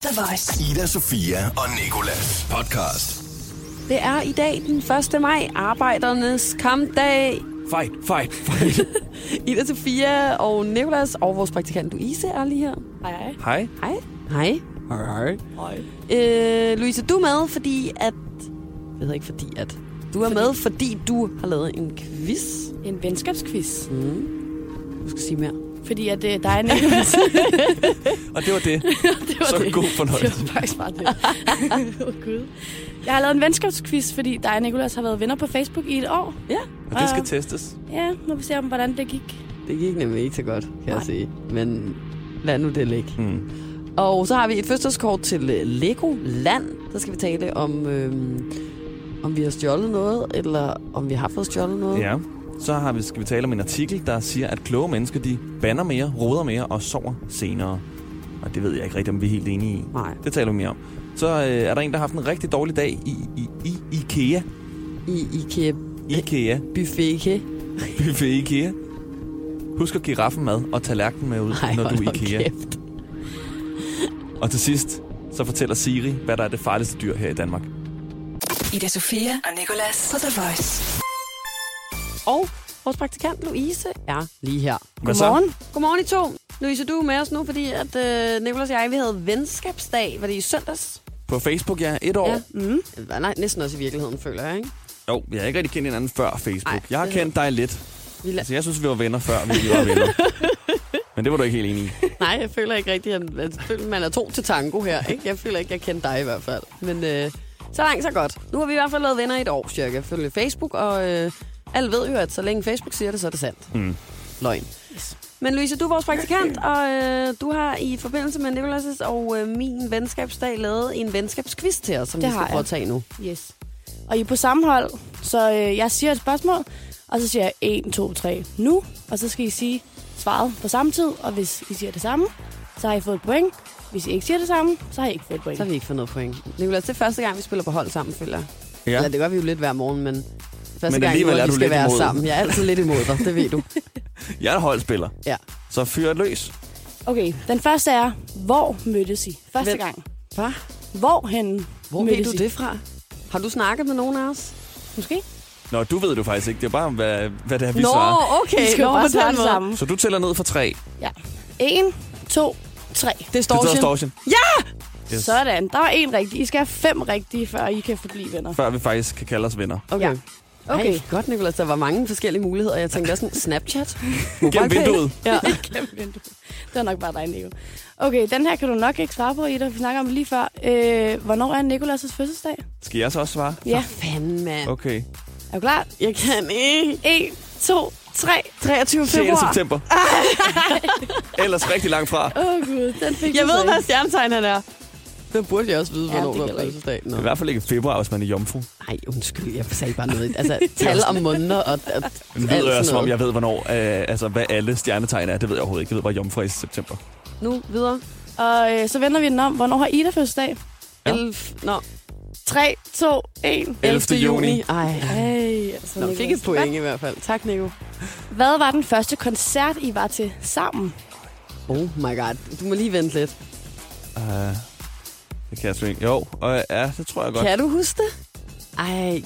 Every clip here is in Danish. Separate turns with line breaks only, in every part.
The Voice.
Ida, Sofia og Nikolas podcast.
Det er i dag den 1. maj, arbejdernes kampdag.
Fight, fight, fight.
Ida Sofia og Nicolas og vores praktikant Louise er lige her.
Hej, hej.
Hej.
Hej. Hej.
Hej, hej.
Øh, Louise, du er med, fordi at... Jeg ved ikke, fordi at... Du er
Fordi-
fordi... med, fordi du har lavet en quiz.
En venskabsquiz.
Du skal sige mere.
Fordi at det er dig, Nicolas.
Og det var det.
det var
Så
det.
god
Det
fornøjelse.
var faktisk bare det. oh, Gud. Jeg har lavet en venskabsquiz, fordi dig og Nicolas har været venner på Facebook i et år.
Ja.
Og det skal
Ah.
testes.
Ja, må vi se, om, hvordan det gik.
Det gik nemlig ikke så godt, kan
Nej.
jeg sige. Men lad nu det ligge.
Mm.
Og så har vi et fødselskort til øh, Lego Land. Så skal vi tale om, øhm, om vi har stjålet noget, eller om vi har fået stjålet noget.
Ja. Så har vi, skal vi tale om en artikel, der siger, at kloge mennesker, de banner mere, roder mere og sover senere. Og det ved jeg ikke rigtigt, om vi er helt enige i.
Nej.
Det taler vi mere om. Så øh, er der en, der har haft en rigtig dårlig dag i, i, i Ikea.
I IKEA
Ikea.
buffet, ikke?
Buffet Ikea. Husk at give raffen mad og tallerkenen med ud,
Ej,
når
hold
du er
nu
Ikea.
kæft.
Og til sidst, så fortæller Siri, hvad der er det farligste dyr her i Danmark.
Ida Sofia og Nicolas på The Voice.
Og vores praktikant Louise er lige her.
Hvad så? Godmorgen.
Godmorgen I to. Louise, du er med os nu, fordi at øh, Nicolas og jeg, vi havde venskabsdag, var det i søndags?
På Facebook, ja. Et år.
Ja. Øh, Nej, næsten også i virkeligheden, føler jeg, ikke?
Jo, jeg har ikke rigtig kendt hinanden før Facebook.
Ej,
jeg har
det-
kendt dig lidt.
Vi la-
Altså, jeg synes, vi var venner før, vi var venner. Men det var du ikke helt enig i.
Nej, jeg føler ikke rigtigt, at jeg føler, man er to til tango her, ikke? Jeg føler ikke, jeg kender dig i hvert fald. Men øh, så langt, så godt. Nu har vi i hvert fald lavet venner i et år, cirka. Følge Facebook, og øh, alle ved jo, at så længe Facebook siger det, så er det sandt.
Mm.
Løgn. Men Louise, du er vores praktikant, og øh, du har i forbindelse med Nicolas' og øh, min venskabsdag lavet en venskabsquiz til os, som
Det
vi skal
har
prøve
jeg.
at tage nu.
Yes. Og I er på samme hold, så øh, jeg siger et spørgsmål, og så siger jeg 1, 2, 3 nu, og så skal I sige svaret på samme tid, og hvis I siger det samme, så har I fået et point. Hvis I ikke siger det samme, så har I ikke fået et point.
Så har vi ikke fået noget point. Nicolas, det er første gang, vi spiller på hold sammen, føler jeg. Ja. Eller
Ja.
det gør vi jo lidt hver morgen, men første
Men
gang,
alligevel
hvor
er
vi
du
skal
lidt
være
imod.
sammen. Jeg er altid lidt imod dig, det ved du.
Jeg er holdspiller,
Ja.
så fyr løs.
Okay, den første er, hvor mødtes I første
Hvem?
gang?
Hvad?
Hvorhen
Hvor
mødtes
ved du
I?
det fra? Har du snakket med nogen af os?
Måske?
Nå, du ved du faktisk ikke. Det er bare, hvad, hvad det er, vi svarer.
okay.
I skal jo
Nå,
bare
på
svare
den
det
måde.
samme.
Så du tæller ned fra tre.
Ja. 1, 2, 3.
Det
Du
står
tager
til.
storchen, Yes.
Sådan, der var en rigtig. I skal have fem rigtige, før I kan forblive venner.
før vi faktisk kan kalde os venner.
Okay.
Ja. Okay.
Ej, godt, Nicolas. Der var mange forskellige muligheder. Jeg tænkte også sådan, Snapchat.
Gennem
MobilePay.
vinduet.
Ja.
Kæmpe vindue. Det var nok bare dig, Nico. Okay, den her kan du nok ikke svare på, Ida. Vi snakker om det lige før. Øh, hvornår er Nikolas' fødselsdag?
Skal jeg så også svare?
Ja,
Fanden, mand.
Okay.
er du klar?
Jeg kan ikke.
1, 2, 3.
23.
6.
februar.
september. Ellers rigtig langt fra.
Åh, oh, Gud. Den fik
Jeg
du
ved,
så ikke.
hvad stjernetegn han er. Det burde jeg også vide,
Ja,
hvornår
det
ja, der
gælder
er
ikke.
fødselsdag. Nå.
I hvert fald ikke i februar, hvis man er jomfru.
Nej, undskyld, jeg sagde bare noget. Altså, tal om måneder og, og
Men
alt
lyder jeg,
sådan
som om
noget.
jeg ved, hvornår, øh, altså, hvad alle stjernetegn er. Det ved jeg overhovedet ikke. Jeg ved bare, jomfru er i september.
Nu videre.
Og øh, så vender vi den om. Hvornår har Ida fødselsdag?
Ja.
11. Nå,
3, 2, 1.
11. juni.
Ej.
Ej, altså,
Nå,
Nicolas.
fik et point i hvert fald. Tak, Nico.
Hvad, hvad var den første koncert, I var til sammen?
Oh my god. Du må lige vente lidt.
Uh, det kan jeg sgu ikke. Jo, og ja, det tror jeg godt.
Kan du huske det? Ej,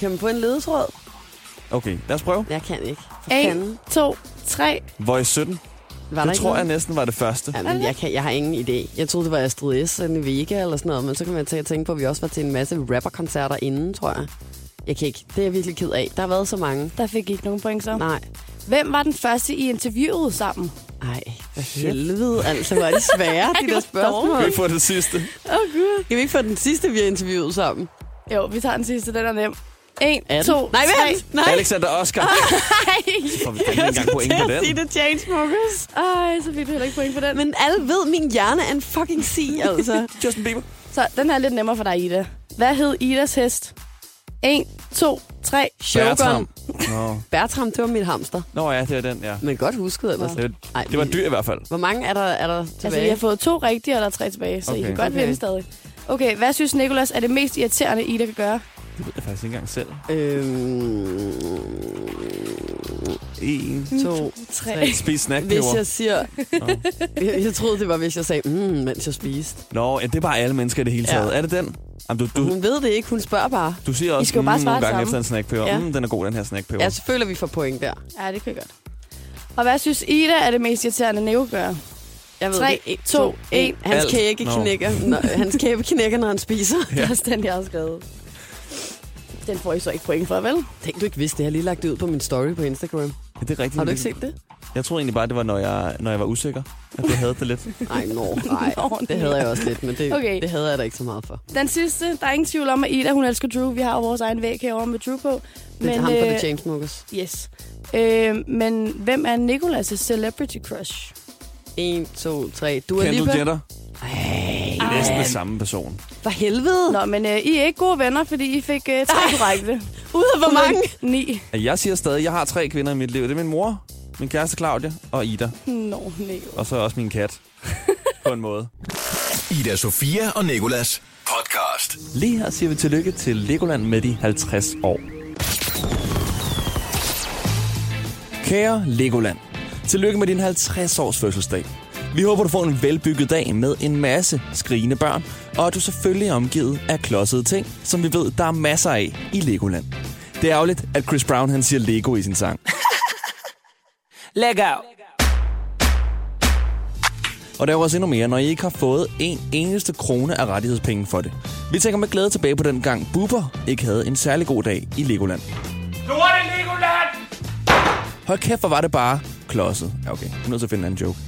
kan man få en ledetråd?
Okay, lad os prøve.
Jeg kan ikke. For
1,
fanden.
2, 3.
Voice 17.
Var der
det
ikke
tror jeg
noget?
næsten var det første. Ja.
Jamen, jeg, kan, jeg har ingen idé. Jeg troede, det var Astrid S. en Vega eller sådan noget, men så kom jeg til at tænke på, at vi også var til en masse rapperkoncerter inden, tror jeg. Jeg kan ikke. Det er jeg virkelig ked af. Der har været så mange.
Der fik I ikke nogen point så.
Nej.
Hvem var den første, I interviewede sammen?
Ej, for helvede. Altså, hvor er det svære, de der
Kan
spørgsmål.
vi få det sidste?
Åh, oh, Gud.
Kan vi ikke få den sidste, vi har interviewet sammen?
Jo, vi tager den sidste. Den er nem. 1,
Er den?
2,
Nej,
3.
vent! Nej,
Alexander Oscar. Får vi fandme ikke engang point på den.
det Chainsmokers.
Ej, så fik du heller ikke point for den.
Men alle ved, min hjerne er en fucking si, altså.
Justin Bieber.
Så den er lidt nemmere for dig, Ida. Hvad hed Idas hest? 1, 2, 3.
Shogun.
Bertram. Nå.
Bertram, det var mit hamster.
Nå ja, det var den, ja.
Men godt husket ellers.
Det,
Ej,
det var
vi-
dyr i hvert fald.
Hvor mange er der, er der tilbage?
Altså, jeg har fået to rigtige, og der er tre tilbage, så okay. I
Okay.
kan godt
Okay.
vinde stadig. Okay, hvad synes Nikolas er det mest irriterende, Ida kan gøre?
Det ved jeg faktisk ikke engang selv.
Øhm,
en.
to,
Tre.
tre.
Spis
Hvis
snackpeber.
jeg siger... jeg, jeg troede, det var, hvis jeg sagde, mm, mens jeg spiste.
Nå, ja, det er bare alle mennesker i det hele
Ja.
taget. Er det den? Jamen, du, du,
Hun ved det ikke, hun spørger bare.
du siger
I
også
skal jo bare
mm,
svare
nogle
det
gange efter
samme.
en snackpeber.
Ja.
Mm, den er god, den her snackpeber.
Ja, så føler vi får point der.
Ja, det kan jeg godt. Og hvad synes Ida er det mest irriterende, Neo gør?
Jeg ved
Tre,
det. En,
to, en.
Hans
Alt.
kæbe
Nå.
knækker, når, hans kæbe knækker, når han spiser.
Ja. Det er den, jeg har skrevet. Den får I så ikke point for, vel?
Tænk, du ikke vidste det. Jeg har lige lagt det ud på min story på Instagram.
Ja, det er rigtigt.
Har du ikke set det?
Jeg troede egentlig bare, det var, når jeg, når jeg var usikker, at det havde det lidt.
Nej, nå, nej.
Nå, nej.
Det havde jeg også lidt, men det, okay.
Okay.
det havde jeg da ikke så meget for.
Den sidste, der er ingen tvivl om, at Ida, hun elsker Drew. Vi har jo vores egen væg herovre med Drew på.
Det er ham fra The
øh,
Chainsmokers.
Yes. Øh, men hvem er Nicolas' celebrity crush?
1, 2, 3. Du er lige
Kendall
på...
Jenner. Ej, næsten den samme person.
For helvede!
Nå, men øh, I er ikke gode venner, fordi I fik øh, tre
Ej.
korrekte.
Ud af hvor mange?
Ni.
Jeg siger stadig, at jeg har tre kvinder i mit liv. Det er min mor, min kæreste Claudia og Ida.
Nå, Nico.
Og så også min kat. på en måde.
Ida Sofia og Nikolas podcast.
Lige her siger vi tillykke til Legoland med de 50 år. Kære Legoland, tillykke med din 50-års fødselsdag. Vi håber, du får en velbygget dag med en masse skrigende børn, og at du selvfølgelig er omgivet af klodsede ting, som vi ved, der er masser af i Legoland. Det er ærgerligt, at Chris Brown han siger Lego i sin sang.
Læg out.
Og der er jo også endnu mere, når I ikke har fået en eneste krone af rettighedspenge for det. Vi tænker med glæde tilbage på den gang Booper ikke havde en særlig god dag i Legoland.
Lorte Legoland!
Hold kæft, hvor var det bare klodset. Ja, okay. Jeg er nødt til at finde en anden joke.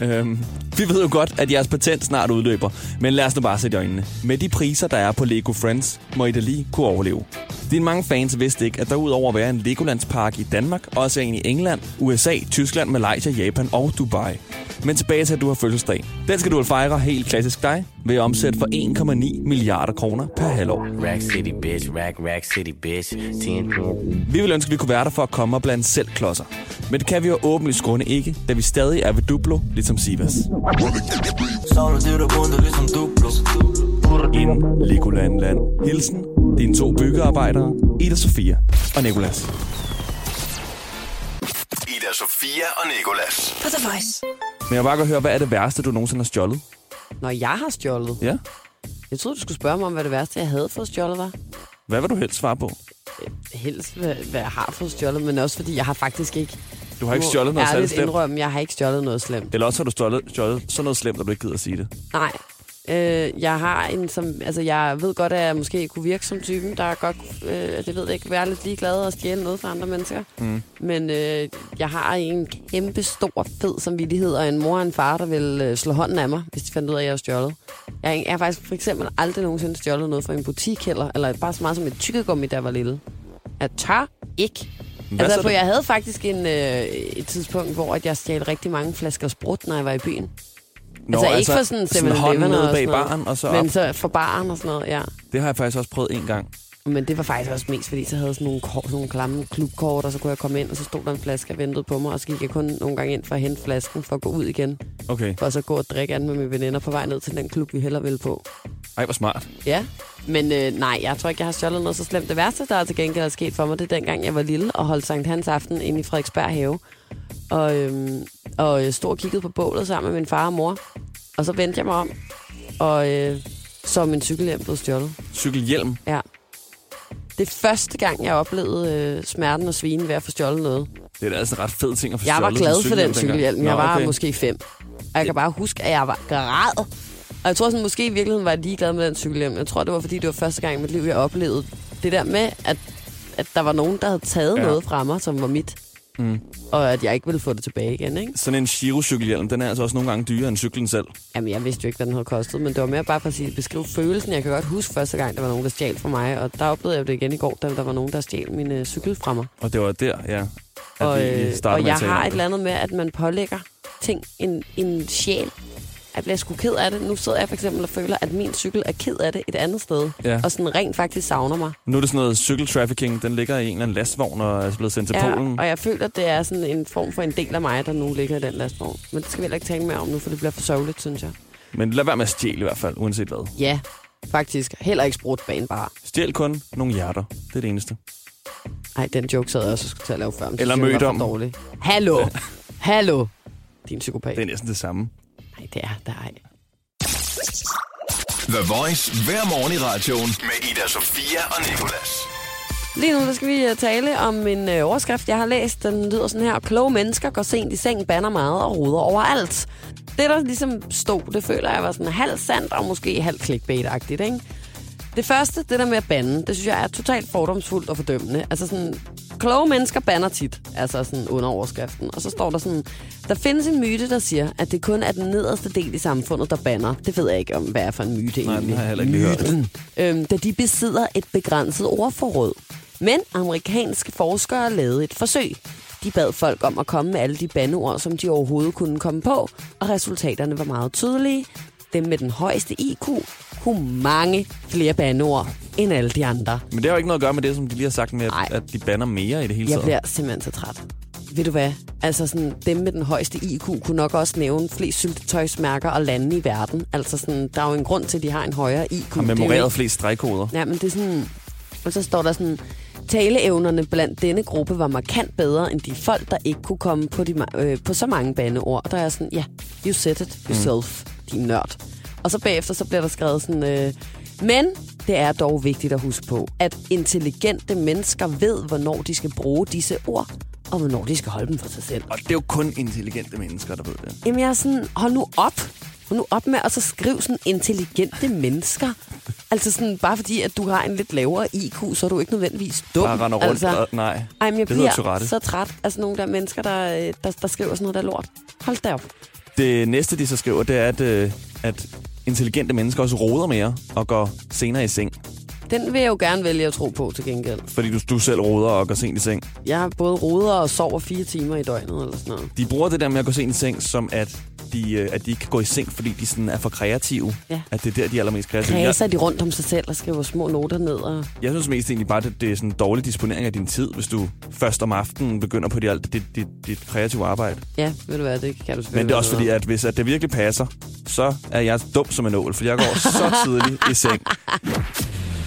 Øhm, vi ved jo godt, at jeres patent snart udløber, men lad os nu bare sætte i øjnene. Med de priser, der er på Lego Friends, må I da lige kunne overleve. Dine mange fans vidste ikke, at der udover at være en Legolandspark i Danmark, også er en i England, USA, Tyskland, Malaysia, Japan og Dubai. Men tilbage til, at du har fødselsdag. Den skal du vel fejre helt klassisk dig ved at omsætte for 1,9 milliarder kroner per halvår.
Rack City, bitch. Rack, Rack City, bitch. 10, 10.
Vi vil ønske, at vi kunne være der for at komme og blande selv klodser. Men det kan vi jo åbenlyst grunde ikke, da vi stadig er ved Duplo, ligesom Sivas.
Solo til det bunde, ligesom duplo.
In Legoland Land. Hilsen, dine to byggearbejdere, Ida Sofia og Nikolas.
Ida Sofia og Nikolas.
På The Voice.
Men jeg vil bare godt høre, hvad er det værste, du nogensinde har stjålet?
Når jeg har stjålet.
Ja?
Jeg troede, du skulle spørge mig om, hvad det værste, jeg havde fået stjålet var. Øh,
Hvad vil du helst svare på?
Helst, hvad, hvad jeg har fået stjålet, men også fordi jeg har faktisk ikke...
Du har ikke
må
stjålet noget særligt
ærligt
slemt.
indrømme, jeg har ikke stjålet noget slemt.
Eller også har du stjålet, stjålet sådan noget slemt, at du ikke gider at sige det.
Nej. Øh, jeg har en, som... Altså, jeg ved godt, at jeg måske kunne virke som typen, der godt... kunne, Øh, det ved jeg ikke, være lidt ligeglad og stjæle noget fra andre mennesker. Mm. Men øh, jeg har en kæmpe stor, fed samvittighed, og en mor og en far, der vil øh, slå hånden af mig, hvis de fandt ud af, at jeg har stjålet. Jeg, har ikke- jeg har faktisk for eksempel aldrig nogensinde stjålet noget fra en butik heller, eller bare så meget som et tykkegummi, da jeg var lille. Jeg tør ikke.
Hvad
Altså,
så
for
det?
jeg havde faktisk en, øh, et tidspunkt, hvor at jeg stjal rigtig mange flasker sprut, når jeg var i byen.
Nå,
altså, ikke for sådan 7
sådan hånden nede bag baren, og så op.
Men så for baren og sådan noget, ja.
Det har jeg faktisk også prøvet en gang.
Men det var faktisk også mest, fordi så havde jeg sådan nogle, kort, sådan nogle klamme klubkort, og så kunne jeg komme ind, og så stod der en flaske og ventede på mig, og så gik jeg kun nogle gange ind for at hente flasken for at gå ud igen,
Okay.
for så gå og drikke andet med mine veninder på vej ned til den klub, vi heller ville på.
Ej, hvor smart.
Ja, men øh, nej, jeg tror ikke, jeg har stjålet noget så slemt. Det værste, der til gengæld er sket for mig, det er dengang, jeg var lille og holdt Sankt Hans aften inde i Frederiksberg have. Og, øhm, og jeg stod og kiggede på bålet sammen med min far og mor. Og så vendte jeg mig om, og øh, så er min cykelhjem blev stjålet.
Cykelhjelm.
Ja. Det er første gang, jeg oplevede øh, smerten og svinen ved at få stjålet noget.
Det er da altså en ret fed ting at få
Jeg var
stjålet,
glad
sådan
for
en
den
dengang.
cykelhjelm. Jeg
Nå,
var
okay.
måske fem. Og jeg kan bare huske, at jeg var græd. Og jeg tror sådan, måske i virkeligheden var jeg ligeglad med den cykelhjelm. Jeg tror, det var, fordi det var første gang i mit liv, jeg oplevede det der med, at, at der var nogen, der havde taget
Ja.
ja. noget fra mig, som var mit. Mm. Og at jeg ikke ville få det tilbage igen, ikke?
Sådan en Giro-cykelhjelm, den er altså også nogle gange dyrere end cyklen selv.
Jamen, jeg vidste jo ikke, hvad den havde kostet, men det var mere bare for at sige- beskrive følelsen. Jeg kan godt huske første gang, der var nogen, der stjal fra mig, og der oplevede jeg det igen i går, da der var nogen, der stjal min øh, cykel fra mig.
Og det var der, ja, at
Og,
vi
øh,
startede
og
med
jeg
at tale om
har et
det.
eller andet med, at man pålægger ting en, en sjæl. Jeg bliver sgu ked af det. Nu sidder jeg for eksempel og føler, at min cykel er ked af det et andet sted.
Ja.
Og sådan rent faktisk savner mig.
Nu er det sådan noget cykeltrafficking, den ligger i en eller anden lastvogn og er blevet sendt til ja, Polen.
og jeg føler, at det er sådan en form for en del af mig, der nu ligger i den lastvogn. Men det skal vi heller ikke tale mere om nu, for det bliver for sørgeligt, synes jeg.
Men lad være med at stjæle i hvert fald, uanset hvad.
Ja, faktisk. Heller ikke sprudt banen bare.
Stjæl kun nogle hjerter. Det er det eneste.
Ej, den joke sad jeg også og skulle til at lave før. men
Eller
synes jeg, den var
mødom.
for dårlig. Hallo! Hallo! Din psykopat.
Det er næsten det samme.
Nej, det er der ej.
The Voice hver morgen i radioen med Ida Sofia og Nicolas.
Lige nu der skal vi øh, tale om en øh, overskrift, jeg har læst. Den lyder sådan her. Kloge mennesker går sent i seng, banner meget og roder overalt. Det, der ligesom stod, det føler jeg var sådan halvt sandt og måske halvt clickbait-agtigt, ikke? Det første, det der med at bande, det synes jeg er totalt fordomsfuldt og fordømmende. Altså sådan, kloge mennesker banner tit, altså sådan under overskriften. Og så står der sådan, der findes en myte, der siger, at det kun er den nederste del i samfundet, der banner. Det ved jeg ikke om, hvad er for en myte
Nej, den
egentlig.
har jeg heller ikke lige hørt.
Myten. Øhm, da de besidder et begrænset ordforråd. Men amerikanske forskere lavede et forsøg. De bad folk om at komme med alle de bandeord, som de overhovedet kunne komme på, og resultaterne var meget tydelige. Dem med den højeste IQ kunne mange flere bandeord end alle de andre.
Men det har jo ikke noget at gøre med det, som de lige har sagt med,
Nej.
at, at de banner mere i det hele
Jeg
taget.
bliver simpelthen så træt. Ved du hvad? Altså sådan, dem med den højeste IQ kunne nok også nævne flest syltetøjsmærker og lande i verden. Altså sådan, der er jo en grund til, at de har en højere IQ.
Har
Det er jo ikke-
memoreret flest stregkoder.
Ja, men det er sådan... Og så står der sådan, taleevnerne blandt denne gruppe var markant bedre end de folk, der ikke kunne komme på, de, ma- øh, på så mange bandeord. Og der er jeg sådan, ja, yeah, you said it yourself, mm. din nørd. Og så bagefter så bliver der skrevet sådan, øh, men det er dog vigtigt at huske på, at intelligente mennesker ved, hvornår de skal bruge disse ord, og hvornår de skal holde dem for sig selv.
Og det er jo kun intelligente mennesker, der ved det.
Jamen, jeg er sådan, hold nu op. Hold nu op med at så skrive sådan intelligente mennesker. Altså sådan, bare fordi, at du har en lidt lavere IQ, så er du ikke nødvendigvis dum.
Bare render rundt
altså,
og- nej.
Ej, men jeg
Det hedder
bliver
Tourette.
så træt af sådan nogle der mennesker, der, øh, der, der skriver sådan noget der lort. Hold da op.
Det næste, de så skriver, det er, at, øh, at intelligente mennesker også roder mere og går senere i seng.
Den vil jeg jo gerne vælge at tro på til gengæld.
Fordi du, du selv roder og går sent i seng.
Jeg både roder og sover fire timer i døgnet eller sådan noget.
De bruger det der med at gå sent i seng, som at de, øh, at de ikke kan gå i seng, fordi de sådan er for kreative.
Ja.
At det er der, de er allermest kreative. Jeg,
Kræser de rundt om sig selv og skriver små noter ned. Og...
jeg synes mest egentlig bare, at det er sådan en dårlig disponering af din tid, hvis du først om aftenen begynder på dit, alt- dit, dit, dit kreative arbejde.
Ja, ved du hvad, det kan du selvfølgelig
Men det er også
være
fordi,
noget
at hvis at det virkelig passer, så er jeg dum som en ål, for jeg går så tidligt i seng.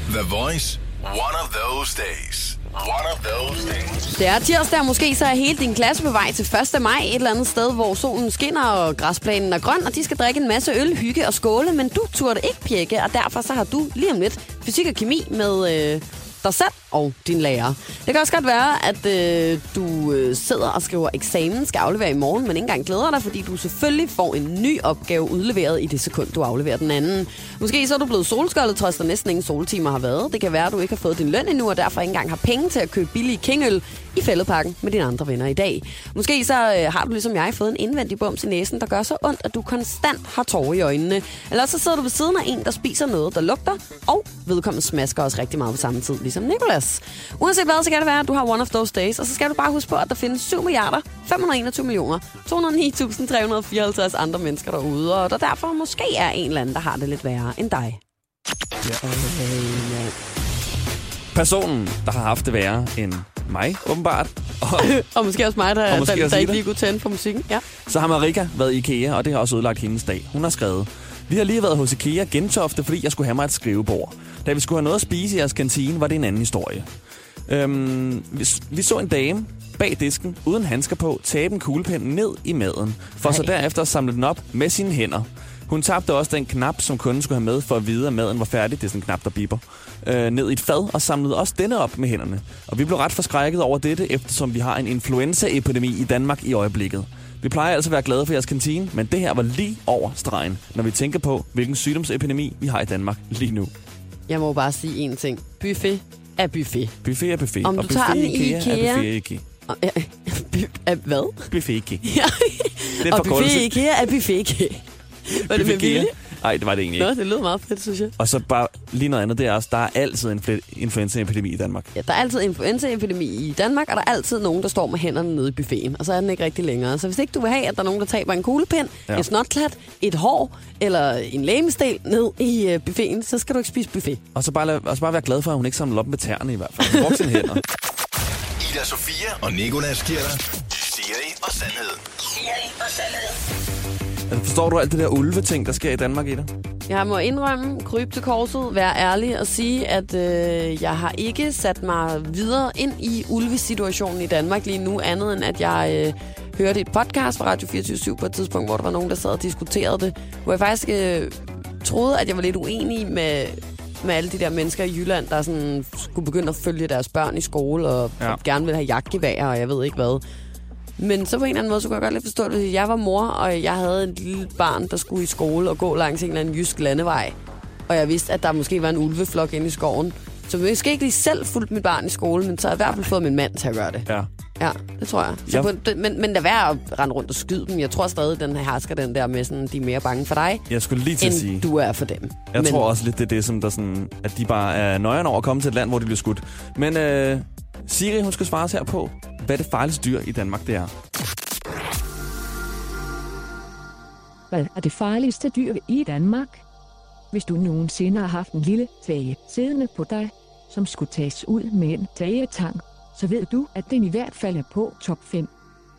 The Voice. One of those days. One of those days.
Det er tirsdag, og måske så er hele din klasse på vej til 1. maj et eller andet sted, hvor solen skinner og græsplanen er grøn, og de skal drikke en masse øl, hygge og skåle, men du turde ikke pjekke, og derfor så har du lige om lidt fysik og kemi med øh, dig selv og din lærer. Det kan også godt være, at øh, du øh, sidder og skriver eksamen, skal aflevere i morgen, men ikke engang glæder dig, fordi du selvfølgelig får en ny opgave udleveret i det sekund, du afleverer den anden. Måske så er du blevet solskoldet, trods der næsten ingen soltimer har været. Det kan være, at du ikke har fået din løn endnu, og derfor ikke engang har penge til at købe billige kingøl i fældepakken med dine andre venner i dag. Måske så øh, har du ligesom jeg fået en indvendig bums i næsen, der gør så ondt, at du konstant har tårer i øjnene. Eller så sidder du ved siden af en, der spiser noget, der lugter, og vedkommende smasker også rigtig meget på samme tid, ligesom Nicolas. Uanset hvad, så kan det være, at du har one of those days, og så skal du bare huske på, at der findes 7 milliarder, 521 millioner, 209.354 andre mennesker derude, og der derfor måske er en eller anden, der har det lidt værre end dig. Øh,
Personen, der har haft det værre end mig, åbenbart, og
Og måske også mig, der,
Og måske der- også der ikke Ida. lige
kunne tænde på musikken. Ja.
Så har Marika været i IKEA, og det har også ødelagt hendes dag. Hun har skrevet, vi har lige været hos IKEA Gentofte, fordi jeg skulle have mig et skrivebord. Da vi skulle have noget at spise i jeres kantine, var det en anden historie. Øhm, vi, vi så en dame bag disken, uden handsker på, tabe en kuglepen ned i maden, for så derefter at samle den op med sine hænder. Hun tabte også den knap, som kunden skulle have med for at vide, at maden var færdig. Det er sådan en knap, der biber. Øh, ned i et fad og samlede også denne op med hænderne. Og vi blev ret forskrækket over dette, eftersom vi har en influenzaepidemi i Danmark i øjeblikket. Vi plejer altså at være glade for jeres kantine, men det her var lige over stregen, når vi tænker på, hvilken sygdomsepidemi vi har i Danmark lige nu.
Jeg må bare sige én ting. Buffet er buffet.
Buffet er buffet,
Om
og
du
buffet
tager den i
IKEA,
IKEA?
er buffet i IKEA.
Og, ja, bu- er hvad?
Buffet i IKEA.
Ja.
Det er
og buffet
forkortelse.
IKEA er buffet IKEA. Var det med
Buffet IKEA.
vilje?
Nej, det var det egentlig ikke.
Nå, det lød meget fedt, synes jeg.
Og så bare lige noget andet, det er også, der er altid en fl- influenzaepidemi i Danmark.
Ja, der er altid influenzaepidemi i Danmark, og der er altid nogen, der står med hænderne nede i buffeten, og så er den ikke rigtig længere. Så hvis ikke du vil have, at der er nogen, der taber en kuglepind, ja.
Ja.
en snotklat, et hår eller en lægemestel ned i øh, buffeten, så skal du ikke spise buffet.
Og så bare, lad, og så bare være glad for, at hun ikke samler op med tæerne i hvert fald. Hun brugte sine hænder.
Ida Sofia og Nicolas giver dig Siri og sandhed.
Siri og sandhed.
Altså, forstår du alt det der ulveting, der sker i Danmark i dig?
Jeg må indrømme, krybe til korset, være ærlig og sige, at øh, jeg har ikke sat mig videre ind i ulvesituationen i Danmark lige nu, andet end at jeg øh, hørte et podcast fra Radio 24 på et tidspunkt, hvor der var nogen, der sad og diskuterede det, hvor jeg faktisk øh, troede, at jeg var lidt uenig med, med alle de der mennesker i Jylland, der sådan skulle begynde at følge deres børn i skole og, ja.
Ja.
og gerne ville have jagtgevær og jeg ved ikke hvad. Men så på en eller anden måde, så kunne jeg godt lidt forstå det. Hvis jeg var mor, og jeg havde et lille barn, der skulle i skole og gå langs en eller anden jysk landevej, og jeg vidste, at der måske var en ulveflok inde i skoven, så jeg måske ikke lige selv fulgte mit barn i skole, men så har jeg i hvert fald fået min mand til at gøre det.
Ja.
Ja, det tror jeg. Så
Jeg-
på, en- det- men, men der værd at rende rundt og skyde dem. Jeg tror stadig, den her hersker den der med, sådan, de er mere bange for dig,
Jeg skulle lige til at sige...
end du er for dem.
Jeg
men,
men... tror også lidt, det er det, som der sådan, at de bare er nøjerne over at komme til et land, hvor de bliver skudt. Men øh, Siri, hun skal svare os her på, hvad det farligste dyr i Danmark det er.
Hvad er det farligste dyr i Danmark? Hvis du nogensinde har haft en lille tage siddende på dig, som skulle tages ud med en tagetang, så ved du, at den i hvert fald er på top 5.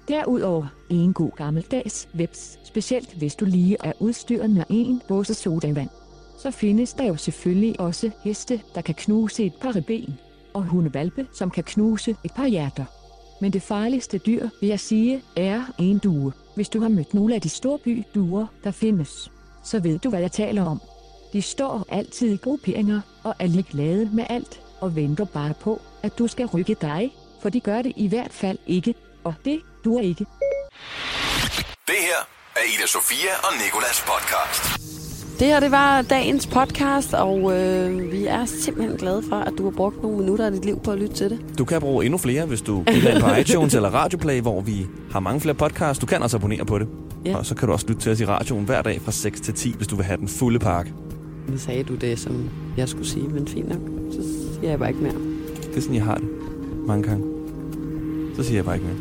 Derudover en god gammeldags veps, specielt hvis du lige er udstyret med en båse sodavand. Så findes der jo selvfølgelig også heste, der kan knuse et par ben, og hundevalpe, som kan knuse et par hjerter. Men det farligste dyr, vil jeg sige, er en due. Hvis du har mødt nogle af de storby duer, der findes, så ved du, hvad jeg taler om. De står altid i grupperinger og er ligeglade med alt og venter bare på, at du skal rykke dig, for de gør det i hvert fald ikke, og det du er ikke.
Det her er Ida Sofia og Nikolas podcast.
Det her, det var dagens podcast, og øh, vi er simpelthen glade for, at du har brugt nogle minutter af dit liv på at lytte til det.
Du kan bruge endnu flere, hvis du går ind på iTunes eller Radioplay, hvor vi har mange flere podcasts. Du kan også abonnere på det.
Ja.
Ja. Og så kan du også lytte til os i radioen hver dag fra 6 til 10, hvis du vil have den fulde pakke.
Nu sagde du det, som jeg skulle sige, men fint nok. Så siger jeg bare ikke mere.
Det er sådan, jeg har det mange gange. Så siger jeg bare ikke mere.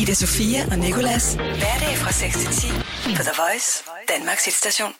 Ida Sofia og Nikolas. Hverdag fra 6 til 10 på The Voice, Danmarks hitstation.